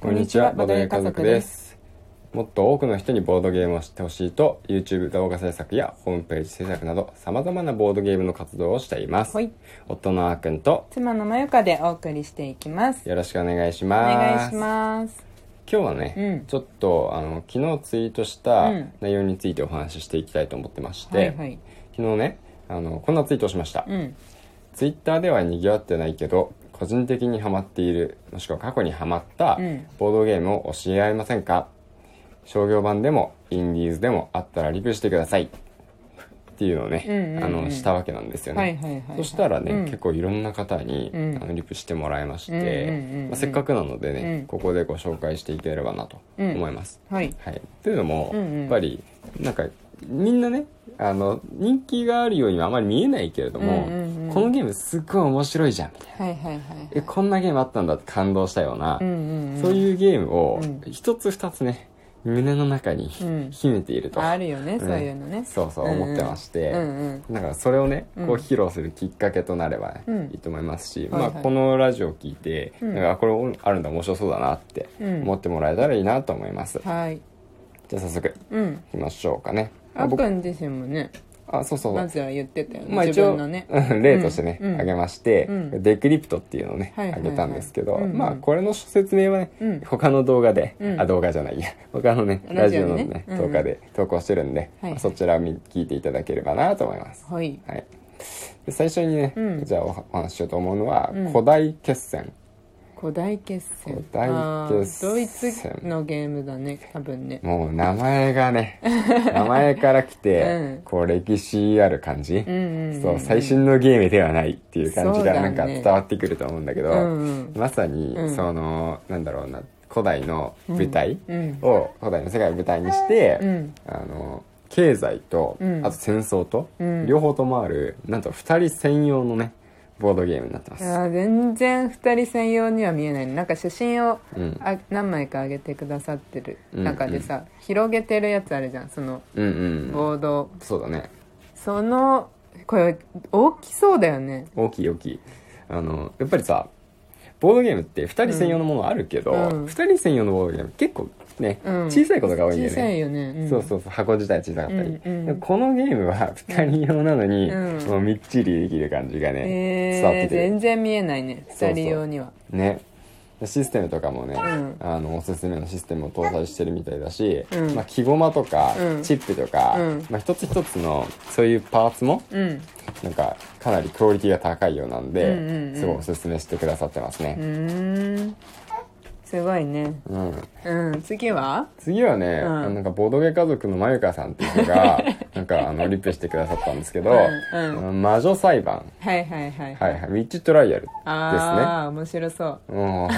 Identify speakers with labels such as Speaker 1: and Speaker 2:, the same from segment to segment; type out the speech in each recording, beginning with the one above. Speaker 1: こんにちはボードゲーム家族ですもっと多くの人にボードゲームを知ってほしいと YouTube 動画制作やホームページ制作などさまざまなボードゲームの活動をしています、
Speaker 2: はい
Speaker 1: 夫のあーくんと
Speaker 2: 妻のまゆかでお送りしていきます
Speaker 1: よろしくお願いし
Speaker 2: お
Speaker 1: ます
Speaker 2: 願いします
Speaker 1: 今日はね、
Speaker 2: うん
Speaker 1: ちょっとあの昨日ツイートし
Speaker 2: う
Speaker 1: た
Speaker 2: ん
Speaker 1: 内容についてお話ししていきたいと思ってまして、
Speaker 2: はいはい
Speaker 1: 昨日ねあのこんなツイートをしました、
Speaker 2: うん
Speaker 1: ツイッターではにぎわってないけど個人的にハマっているもしくは過去にハマった
Speaker 2: うん
Speaker 1: ボードゲームを教え合いませんか、商業版でもインディーズでもあったらリプしてくださいっていうのをね、
Speaker 2: うんうんうん
Speaker 1: あのしたわけなんですよね、
Speaker 2: はいはいはいはい
Speaker 1: そしたらね、
Speaker 2: うん
Speaker 1: 結構いろんな方に、
Speaker 2: うん
Speaker 1: あのリプしてもらいまし
Speaker 2: うんうんうんう
Speaker 1: て
Speaker 2: ん
Speaker 1: まあせっかくなのでね、
Speaker 2: うん
Speaker 1: ここでご紹介していければなと思います、
Speaker 2: はい
Speaker 1: はい、というのも、
Speaker 2: うんうん
Speaker 1: やっぱりなんかみんなねあの人気があるようにはあまり見えないけれども、
Speaker 2: うんうんうん
Speaker 1: このゲームすっごい面白いじゃんみたいな
Speaker 2: はいはいはい
Speaker 1: えこんなゲームあったんだって感動したような、
Speaker 2: うんうんうん
Speaker 1: そういうゲームを
Speaker 2: うん
Speaker 1: 一つ二つね胸の中に
Speaker 2: うん
Speaker 1: 秘めていると、
Speaker 2: あるよね
Speaker 1: ん
Speaker 2: そういうのね
Speaker 1: そうそう
Speaker 2: うんうん
Speaker 1: 思ってまして、
Speaker 2: うんうん
Speaker 1: だからそれをねこ
Speaker 2: う
Speaker 1: うん披露するきっかけとなれば
Speaker 2: うん
Speaker 1: いいと思いますし、
Speaker 2: はいはい
Speaker 1: まあ、このラジオを聞いて、
Speaker 2: うん
Speaker 1: なんかあこれあるんだ面白そうだなって
Speaker 2: うん
Speaker 1: 思ってもらえたらいいなと思います、
Speaker 2: はい
Speaker 1: じゃあ早速
Speaker 2: うん
Speaker 1: いきましょうかね
Speaker 2: あっ
Speaker 1: 僕
Speaker 2: くん自身もね
Speaker 1: あそうそうそう
Speaker 2: まずは言ってたよ
Speaker 1: まあ
Speaker 2: ね
Speaker 1: 一
Speaker 2: 自
Speaker 1: 応
Speaker 2: 分のね
Speaker 1: うん 例としてね、
Speaker 2: うんうん
Speaker 1: あげまして、
Speaker 2: うん
Speaker 1: デクリプトっていうのをね、
Speaker 2: はいはいはい
Speaker 1: あげたんですけど、
Speaker 2: うんうん
Speaker 1: まあこれの説明はね、
Speaker 2: うん
Speaker 1: 他の動画で、
Speaker 2: うん
Speaker 1: あ動画じゃないや他のねラ
Speaker 2: ラ
Speaker 1: ジ
Speaker 2: ジ
Speaker 1: オ
Speaker 2: オ
Speaker 1: の
Speaker 2: でね
Speaker 1: ね
Speaker 2: うんう
Speaker 1: 動
Speaker 2: ん
Speaker 1: 画で投稿してるんで、
Speaker 2: はいはい
Speaker 1: そちらを見聞いていただければなと思います、
Speaker 2: はい
Speaker 1: はい、で最初にね、
Speaker 2: うん
Speaker 1: じゃあおはお話ししようと思うのは、
Speaker 2: うん
Speaker 1: 古代決戦
Speaker 2: 古代決戦
Speaker 1: 古代決戦
Speaker 2: あードイツのゲームだね多分ね
Speaker 1: もう名前がね名前から来て、
Speaker 2: うん
Speaker 1: こう歴史ある感じ、
Speaker 2: うんうんん
Speaker 1: そう最新のゲームではないっていう感じ
Speaker 2: そう
Speaker 1: が
Speaker 2: だ
Speaker 1: な
Speaker 2: ね
Speaker 1: んか伝わってくると思うんだけど
Speaker 2: うんうん
Speaker 1: まさに
Speaker 2: うん
Speaker 1: その、なんだろうな古代の舞台
Speaker 2: うん
Speaker 1: を、古代の世界を舞台にして、
Speaker 2: うん
Speaker 1: あの経済と、
Speaker 2: うん
Speaker 1: あと戦争と、
Speaker 2: うん
Speaker 1: 両方ともあるなんと2人専用のねボードゲームになってま
Speaker 2: い
Speaker 1: す。
Speaker 2: やー全然2人専用には見えないなんか写真を
Speaker 1: うん
Speaker 2: あ何枚か上げてくださってる
Speaker 1: うん
Speaker 2: 中でさ、広げてるやつあるじゃんその
Speaker 1: うんうん、
Speaker 2: ボードを、
Speaker 1: そうだね
Speaker 2: そのこれ大きそうだよね
Speaker 1: 大きい大きいあのやっぱりさボードゲームって2人専用のものあるけど、
Speaker 2: う
Speaker 1: 二
Speaker 2: んうん
Speaker 1: 2人専用のボードゲーム結構ね、
Speaker 2: うん
Speaker 1: 小さいことが多いんだよね
Speaker 2: 小さいよね、ん
Speaker 1: そうそうそう箱自体小さかったり、
Speaker 2: うんうん
Speaker 1: でもこのゲームは2人用なのに、
Speaker 2: うん
Speaker 1: もうみっちりできる感じがね、
Speaker 2: え
Speaker 1: 伝わって
Speaker 2: ー、
Speaker 1: くる
Speaker 2: 全然見えないね
Speaker 1: そうそう
Speaker 2: 2人用には
Speaker 1: ねシステムとかもね、
Speaker 2: ん
Speaker 1: あのおすすめのシステムを搭載してるみたいだし、
Speaker 2: うん
Speaker 1: まあ、木駒とか、
Speaker 2: うん
Speaker 1: チップとか、
Speaker 2: うん
Speaker 1: まあ、一つ一つのそういうパーツも
Speaker 2: うん
Speaker 1: なんかかなりクオリティが高いようなんで、
Speaker 2: うんうんうん
Speaker 1: すごいおすすめしてくださってます
Speaker 2: う
Speaker 1: ね、
Speaker 2: ーんすごいね
Speaker 1: うん、
Speaker 2: うん次は
Speaker 1: 次はね、
Speaker 2: うん
Speaker 1: あのなんかボードゲー家族のまゆかさんっていう人 がなんかあのリプしてくださったんですけど「
Speaker 2: うんうん
Speaker 1: あの魔女裁判」
Speaker 2: はいはいはい
Speaker 1: はいはい「ウィッチトライアル」
Speaker 2: ああ、面白そう
Speaker 1: うんこ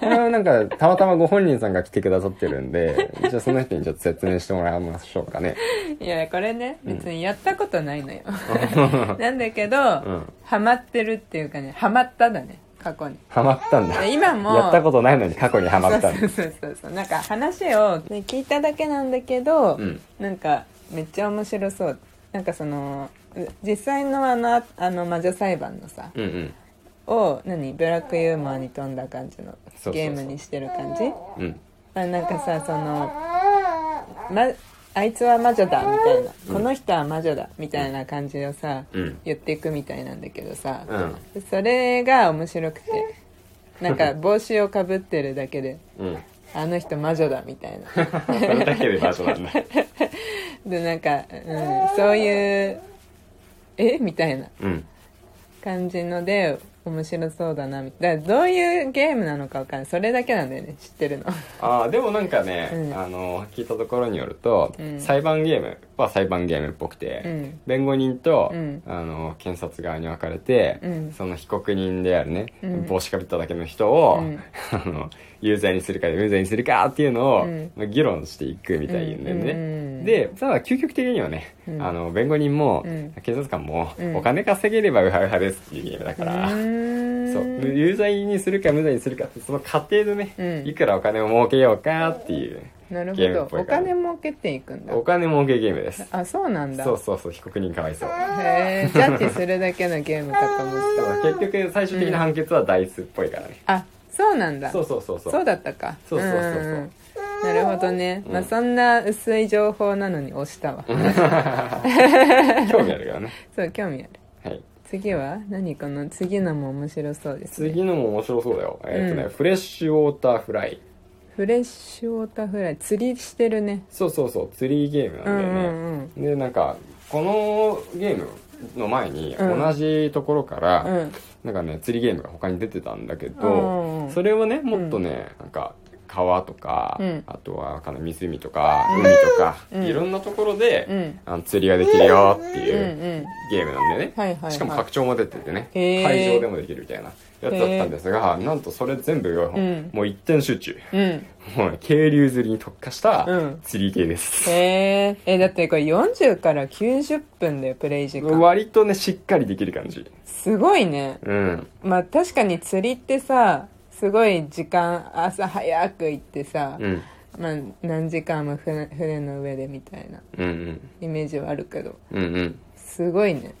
Speaker 1: れはなんかたまたまご本人さんが来てくださってるんで じゃあその人にちょっと説明してもらいましょうかね
Speaker 2: いやこれね別にやったことな いのよ、なんだけど、ハマってるっていうかねハマっただね過去に
Speaker 1: ハマったんだ
Speaker 2: で今も
Speaker 1: やったことないのに過去にハマったん
Speaker 2: そ
Speaker 1: だ
Speaker 2: うそうそうそうなんか話を、ね、聞いただけなんだけど、
Speaker 1: うん
Speaker 2: なんかめっちゃ面白そうなんかそのう実際のあのああの魔女裁判のさ、
Speaker 1: うんうん
Speaker 2: を何ブラックユーモアに富んだ感じ
Speaker 1: そ
Speaker 2: の
Speaker 1: うそう
Speaker 2: ゲームにしてる感じ
Speaker 1: うん
Speaker 2: あなんかさその、ま、あいつは魔女だみたいな、この人は魔女だみたいな感じをさ、
Speaker 1: うん
Speaker 2: 言っていくみたいなんだけどさ、
Speaker 1: うん
Speaker 2: それが面白くてなんか帽子をかぶってるだけで
Speaker 1: うん
Speaker 2: あの人魔女だみたい な
Speaker 1: それだけで場所なんだ
Speaker 2: でなんか、うん、そういうえみたいな
Speaker 1: うん
Speaker 2: 感じので面白そうだなみたいなだからどういうゲームなのかわかんないそれだけなんだよね知ってるの
Speaker 1: あーでもなんかね、
Speaker 2: うん
Speaker 1: あの聞いたところによると、
Speaker 2: うん
Speaker 1: 裁判ゲームは裁判ゲームっぽくて、
Speaker 2: うん
Speaker 1: 弁護人と、
Speaker 2: うん
Speaker 1: あの検察側に分かれて、
Speaker 2: うん
Speaker 1: その被告人であるね、
Speaker 2: うん
Speaker 1: 帽子かぶっただけの人を、
Speaker 2: うん
Speaker 1: あの有罪にするか無罪にするかっていうのを、
Speaker 2: うん
Speaker 1: まあ議論していくみたいなんだよね、
Speaker 2: うんうんうん
Speaker 1: でただ究極的にはね、
Speaker 2: うん
Speaker 1: あの弁護人も、
Speaker 2: うん
Speaker 1: 警察官も、
Speaker 2: うん
Speaker 1: お金稼げればウハウハですっていうゲームだから。
Speaker 2: うーん
Speaker 1: そう有罪にするか無罪にするかってその過程でね、
Speaker 2: うん
Speaker 1: いくらお金を儲けようかっていう
Speaker 2: なる
Speaker 1: ゲームっ
Speaker 2: ほ
Speaker 1: ぽ
Speaker 2: ど
Speaker 1: い
Speaker 2: お
Speaker 1: から
Speaker 2: 金儲けていくんだ
Speaker 1: お金儲けゲームです
Speaker 2: あそうなんだ
Speaker 1: そうそうそう被告人かわいそう
Speaker 2: へえジャッジするだけのゲームかと思っ
Speaker 1: だから結局最終的な判決はダイスっぽいからね、
Speaker 2: たあそうなんだ
Speaker 1: そうそうそうそう
Speaker 2: そうだったか
Speaker 1: そうそうそうそうん
Speaker 2: んなるほどね、まあそんな薄い情報なのに押したわ
Speaker 1: 興味あるからね
Speaker 2: そう興味あ
Speaker 1: は
Speaker 2: る
Speaker 1: い
Speaker 2: 次は何かな次のも面白そうですね
Speaker 1: 次のも面白そうだよえっ、とね、
Speaker 2: うん
Speaker 1: フレッシュウォーターフライ
Speaker 2: フレッシュウォーターフライ釣りしてるね
Speaker 1: そうそうそう釣りゲームなん
Speaker 2: う
Speaker 1: だ
Speaker 2: ん
Speaker 1: よ
Speaker 2: う
Speaker 1: ね、
Speaker 2: ん
Speaker 1: でなんかこのゲームの前に
Speaker 2: うん
Speaker 1: 同じところから、
Speaker 2: うんうん
Speaker 1: なんかね釣りゲームが他に出てたんだけど、
Speaker 2: うんうん
Speaker 1: それをねもっとね、なんか川とか、
Speaker 2: うん
Speaker 1: あとはわかんない湖とか海とか、
Speaker 2: うん
Speaker 1: いろんなところで、
Speaker 2: うん
Speaker 1: あの釣りができるよって
Speaker 2: うんう
Speaker 1: いう、
Speaker 2: ん
Speaker 1: ゲームなんだよね、
Speaker 2: はいはいはい
Speaker 1: しかも拡張も出ててね
Speaker 2: へー
Speaker 1: 会場でもできるみたいなやつだったんですがなんとそれ全部、
Speaker 2: ん
Speaker 1: もう一点集中
Speaker 2: うん
Speaker 1: もうね渓流釣りに特化した
Speaker 2: うん
Speaker 1: 釣り系です、
Speaker 2: へええだってこれ40から90分だよプレイ時間
Speaker 1: 割とねしっかりできる感じ
Speaker 2: すごいね
Speaker 1: うん
Speaker 2: まあ確かに釣りってさすごい時間朝早く行ってさ、
Speaker 1: うん
Speaker 2: まあ何時間も船船の上でみたいな
Speaker 1: うんうん
Speaker 2: イメージはあるけど
Speaker 1: うんうん
Speaker 2: すごいね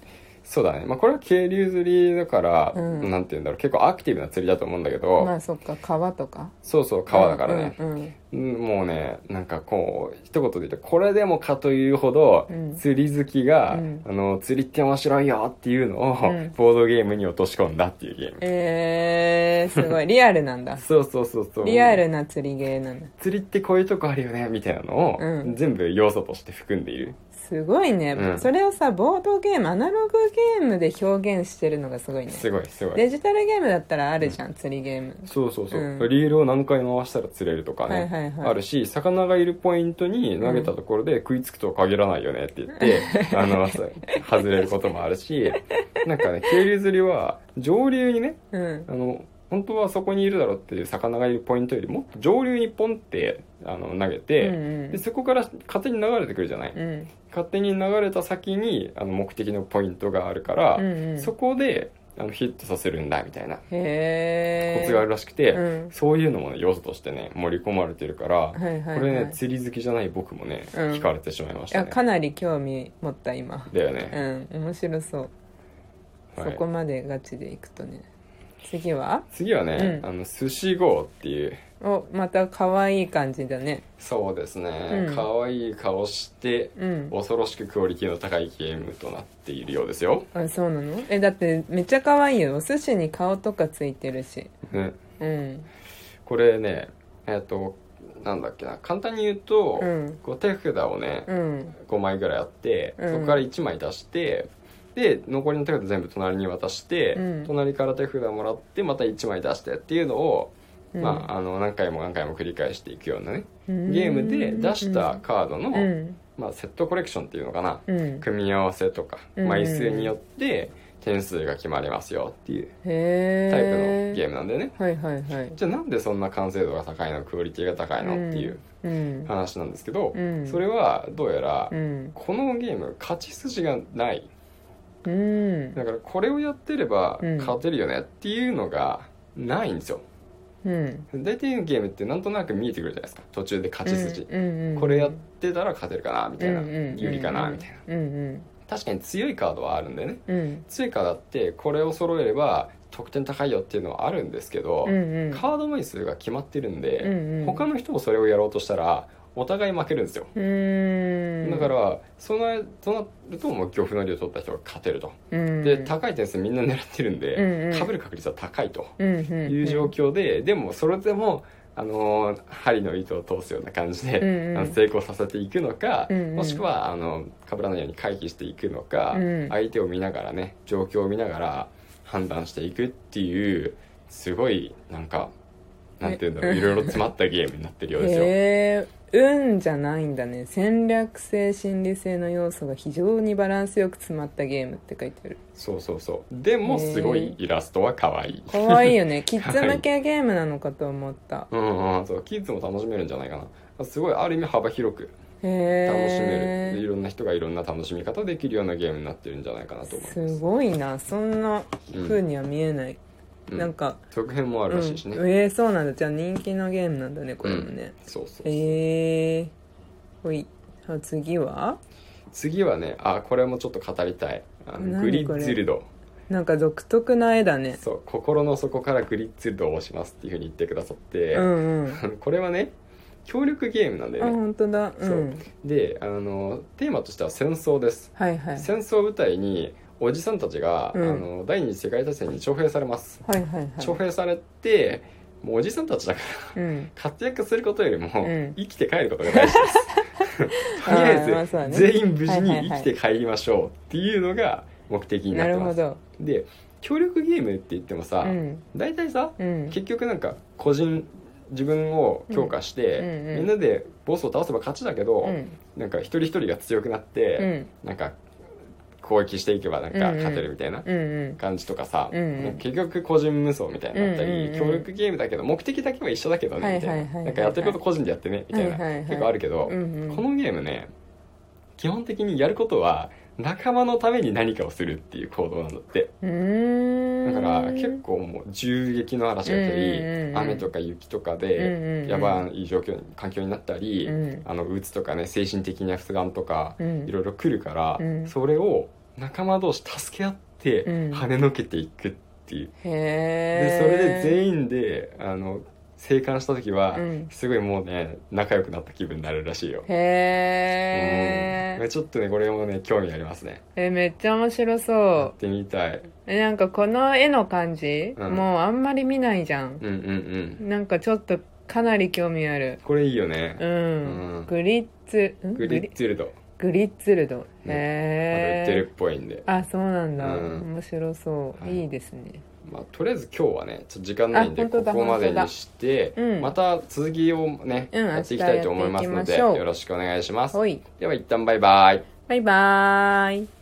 Speaker 1: そうだね、まあ、これは渓流釣りだから、
Speaker 2: うん
Speaker 1: なんて言うんだろう結構アクティブな釣りだと思うんだけど、
Speaker 2: まあそっか川とか
Speaker 1: そうそう川だからね、
Speaker 2: うんうん
Speaker 1: うんもうねなんかこう一言で言ってこれでもかというほど、
Speaker 2: うん
Speaker 1: 釣り好きが、
Speaker 2: うん
Speaker 1: あの釣りって面白いよっていうのを、
Speaker 2: うん
Speaker 1: ボードゲームに落とし込んだっていうゲーム、
Speaker 2: えー、すごいリアルなんだ
Speaker 1: そうそうそうそう
Speaker 2: リアルな釣りゲーなんだ
Speaker 1: 釣りってこういうとこあるよねみたいなのを、
Speaker 2: うん
Speaker 1: 全部要素として含んでいる
Speaker 2: すごいね、
Speaker 1: うん
Speaker 2: それをさボードゲームアナログゲームで表現してるのがすごいね
Speaker 1: すごいすごい
Speaker 2: デジタルゲームだったらあるじゃん、釣りゲーム
Speaker 1: そうそうそう、
Speaker 2: うん
Speaker 1: リールを何回回したら釣れるとかね、
Speaker 2: はいはいはい
Speaker 1: あるし魚がいるポイントに投げたところで食いつくとは限らないよねって言って、 あのそう外れることもある しなんかね渓流釣りは上流にね
Speaker 2: うん
Speaker 1: あの本当はそこにいるだろうっていう魚がいるポイントよりもっと上流にポンってあの投げて、
Speaker 2: うんうん
Speaker 1: でそこから勝手に流れてくるじゃない、
Speaker 2: うん
Speaker 1: 勝手に流れた先にあの目的のポイントがあるから、
Speaker 2: うんうん
Speaker 1: そこであのヒットさせるんだみたいな
Speaker 2: へえ
Speaker 1: コツがあるらしくて、
Speaker 2: うん
Speaker 1: そういうのも、ね、要素としてね盛り込まれてるから、
Speaker 2: はいはいはい
Speaker 1: これね釣り好きじゃない僕もね、
Speaker 2: うん
Speaker 1: 惹かれてしまいまし
Speaker 2: い
Speaker 1: た
Speaker 2: や
Speaker 1: ね
Speaker 2: かなり興味持った今
Speaker 1: だよ
Speaker 2: う
Speaker 1: ね、
Speaker 2: ん面白そう、
Speaker 1: はい
Speaker 2: そこまでガチでいくとね次は
Speaker 1: 次はね、
Speaker 2: うん
Speaker 1: あの寿司号っていう
Speaker 2: おまた可愛い感じだね
Speaker 1: そうですね
Speaker 2: うん
Speaker 1: 可愛、いい顔して、
Speaker 2: うん
Speaker 1: 恐ろしくクオリティの高いゲームとなっているようですよ、
Speaker 2: あそうなのえだってめっちゃ可愛いよお寿司に顔とかついてるし
Speaker 1: ね、
Speaker 2: うん
Speaker 1: これねえっ、となんだっけな簡単に言うと、
Speaker 2: うん
Speaker 1: こう手札をね、
Speaker 2: うん
Speaker 1: 5枚ぐらいあって、
Speaker 2: うん
Speaker 1: そこから1枚出してで残りの手札全部隣に渡して、
Speaker 2: うん
Speaker 1: 隣から手札もらってまた1枚出してっていうのを、
Speaker 2: うん
Speaker 1: まあ、あの何回も何回も繰り返していくようなね
Speaker 2: ゲ
Speaker 1: ゲームで出したカードの、
Speaker 2: うん
Speaker 1: まあ、セットコレクションっていうのかな、
Speaker 2: うん
Speaker 1: 組み合わせとか
Speaker 2: うん
Speaker 1: 枚数によって点数が決まりますよっていう
Speaker 2: へえ
Speaker 1: タイプのゲームなんだよね、
Speaker 2: はいはいはい
Speaker 1: じゃあなんでそんな完成度が高いのクオリティが高いのっていう
Speaker 2: うん
Speaker 1: 話なんですけど、
Speaker 2: うん
Speaker 1: それはどうやら、
Speaker 2: うん
Speaker 1: このゲーム勝ち筋がない
Speaker 2: うん
Speaker 1: だからこれをやってれば
Speaker 2: うん
Speaker 1: 勝てるよねっていうのがないんですよ
Speaker 2: うん
Speaker 1: 大体のゲームってなんとなく見えてくるじゃないですか途中で勝ち筋、
Speaker 2: うんうんうん
Speaker 1: これやってたら勝てるかなみたいな、
Speaker 2: うんうんうん
Speaker 1: 有利かなみたいな
Speaker 2: うん
Speaker 1: 確かに強いカードはあるんでね
Speaker 2: うんうん
Speaker 1: 強いカードあってこれを揃えれば得点高いよっていうのはあるんですけど、
Speaker 2: うんうん
Speaker 1: カード枚数が決まってるんで、
Speaker 2: うんうん
Speaker 1: 他の人もそれをやろうとしたらお互い負けるんですよ、
Speaker 2: うーん
Speaker 1: だからそのとなるともう漁夫の利を取った人が勝てると、
Speaker 2: うん
Speaker 1: で高い点数みんな狙ってるんで、
Speaker 2: うんうん
Speaker 1: 被る確率は高いと
Speaker 2: うんうんうん
Speaker 1: いう状況で、でもそれでもあのー針の糸を通すような感じで、
Speaker 2: うんうん
Speaker 1: あの成功させていくのか、
Speaker 2: うんうん
Speaker 1: もしくはあの被らないように回避していくのか、
Speaker 2: うん
Speaker 1: 相手を見ながらね状況を見ながら判断していくっていうすごいなんかなんていうんだろう
Speaker 2: え
Speaker 1: いろいろ詰まったゲームになってるようですよ。
Speaker 2: へえ運じゃないんだね戦略性心理性の要素が非常にバランスよく詰まったゲームって書いてある
Speaker 1: そうそうそうでもすごいイラストは可愛い。
Speaker 2: かわいいよ ねキッズ向けゲームなのかと思った
Speaker 1: うんうん、そうキッズも楽しめるんじゃないかなすごいある意味幅広く
Speaker 2: へ
Speaker 1: 楽しめる、い
Speaker 2: え
Speaker 1: ろんな人がいろんな楽しみ方できるようなゲームになってるんじゃないかなと思います
Speaker 2: すごいなそんな風には見えない、
Speaker 1: うん
Speaker 2: なんか、
Speaker 1: 続編もあ
Speaker 2: うん
Speaker 1: るらしいしね、
Speaker 2: えー、そうなんだじゃあ人気のゲームなんだねこれもね、
Speaker 1: そうそう、
Speaker 2: ええー、ほいあ次は
Speaker 1: 次はねあこれもちょっと語りたいあの
Speaker 2: 何
Speaker 1: グリッジルド
Speaker 2: なんか独特な絵だね
Speaker 1: そう心の底からグリッツェルドをしますっていうふうに言ってくださって、
Speaker 2: うんうん
Speaker 1: これはね協力ゲームなんだ
Speaker 2: あ
Speaker 1: よね、
Speaker 2: 本当だう
Speaker 1: そうんであのテーマとしては戦争です、
Speaker 2: はいはい
Speaker 1: 戦争を舞台におじさんたちが、
Speaker 2: うん
Speaker 1: あの第二次世界大戦に徴兵されます、
Speaker 2: はいはいはい
Speaker 1: 徴兵されてもうおじさんたちだから
Speaker 2: うん
Speaker 1: 活躍することよりも、
Speaker 2: ん
Speaker 1: 生きて帰ることが大事です とりあえず
Speaker 2: あーまあそうだね
Speaker 1: 全員無事
Speaker 2: はいはい
Speaker 1: に
Speaker 2: は
Speaker 1: 生
Speaker 2: い
Speaker 1: きて帰りましょうっていうのが目的にな
Speaker 2: な
Speaker 1: って
Speaker 2: る
Speaker 1: ま
Speaker 2: ほ
Speaker 1: す
Speaker 2: ど
Speaker 1: で協力ゲームって言ってもさ、
Speaker 2: うん
Speaker 1: 大体さ、
Speaker 2: うん
Speaker 1: 結局なんか個人自分を強化して、
Speaker 2: うんうんうん
Speaker 1: みんなでボスを倒せば勝ちだけど、
Speaker 2: うん
Speaker 1: なんか一人一人が強くなっ
Speaker 2: う
Speaker 1: て、
Speaker 2: ん
Speaker 1: なんか攻撃していけばなんか勝てるみたいな
Speaker 2: うんうん
Speaker 1: 感じとかさ、
Speaker 2: うんうん
Speaker 1: なんか結局個人無双みたいになったり、
Speaker 2: うんうんうん
Speaker 1: 協力ゲームだけど目的だけは一緒だけどねみた
Speaker 2: はいいはいは
Speaker 1: な
Speaker 2: いはい
Speaker 1: なんかやってること個人でやってねみたいな、
Speaker 2: はいはいはい
Speaker 1: 結構あるけど、
Speaker 2: うんうん
Speaker 1: このゲームね基本的にやることは仲間のために何かをするっていう行動なんだって
Speaker 2: うー
Speaker 1: だ
Speaker 2: ん
Speaker 1: から結構もう銃撃の嵐が来たり、
Speaker 2: うんうんうん
Speaker 1: 雨とか雪とか
Speaker 2: うんうんう
Speaker 1: で
Speaker 2: ん
Speaker 1: やばい状況に環境になったり、
Speaker 2: うん
Speaker 1: あのうつとかね精神的な不安とか、
Speaker 2: うん
Speaker 1: いろいろ来るから、
Speaker 2: うん
Speaker 1: それを仲間同士助け合って
Speaker 2: うん
Speaker 1: 跳ねのけていくっていう、
Speaker 2: へ
Speaker 1: で
Speaker 2: え
Speaker 1: それで全員であの生還した時は、
Speaker 2: うん
Speaker 1: すごいもうね仲良くなった気分になるらしいよ、
Speaker 2: へ
Speaker 1: うん
Speaker 2: ー
Speaker 1: ちょっとねこれもね興味ありますね
Speaker 2: えめっちゃ面白
Speaker 1: や
Speaker 2: そ
Speaker 1: ってみたい
Speaker 2: うんえなんかこの絵の感じ、
Speaker 1: うん
Speaker 2: もうあんまり見ないじゃん
Speaker 1: うんうんうん
Speaker 2: なんかちょっとかなり興味ある
Speaker 1: これいいよね
Speaker 2: う、ん、
Speaker 1: うん
Speaker 2: グリッツん
Speaker 1: グリッツェルド
Speaker 2: グリッツルド
Speaker 1: うんまだ売
Speaker 2: へ
Speaker 1: ってる
Speaker 2: え
Speaker 1: っぽいんで、
Speaker 2: あそうなんだ、
Speaker 1: うん
Speaker 2: 面白そう、
Speaker 1: はい
Speaker 2: いいですね
Speaker 1: まあ、とりあえず今日はねちょっと時間ないんで
Speaker 2: あ
Speaker 1: こ
Speaker 2: 本当だ
Speaker 1: こまでにして、
Speaker 2: 本当だうん
Speaker 1: また続きをね、
Speaker 2: うん
Speaker 1: やっていきたいと思いますの
Speaker 2: 明日
Speaker 1: で
Speaker 2: やっていきましょう
Speaker 1: よろしくお願いします
Speaker 2: ほい
Speaker 1: では一旦バイバイ
Speaker 2: バイバーイ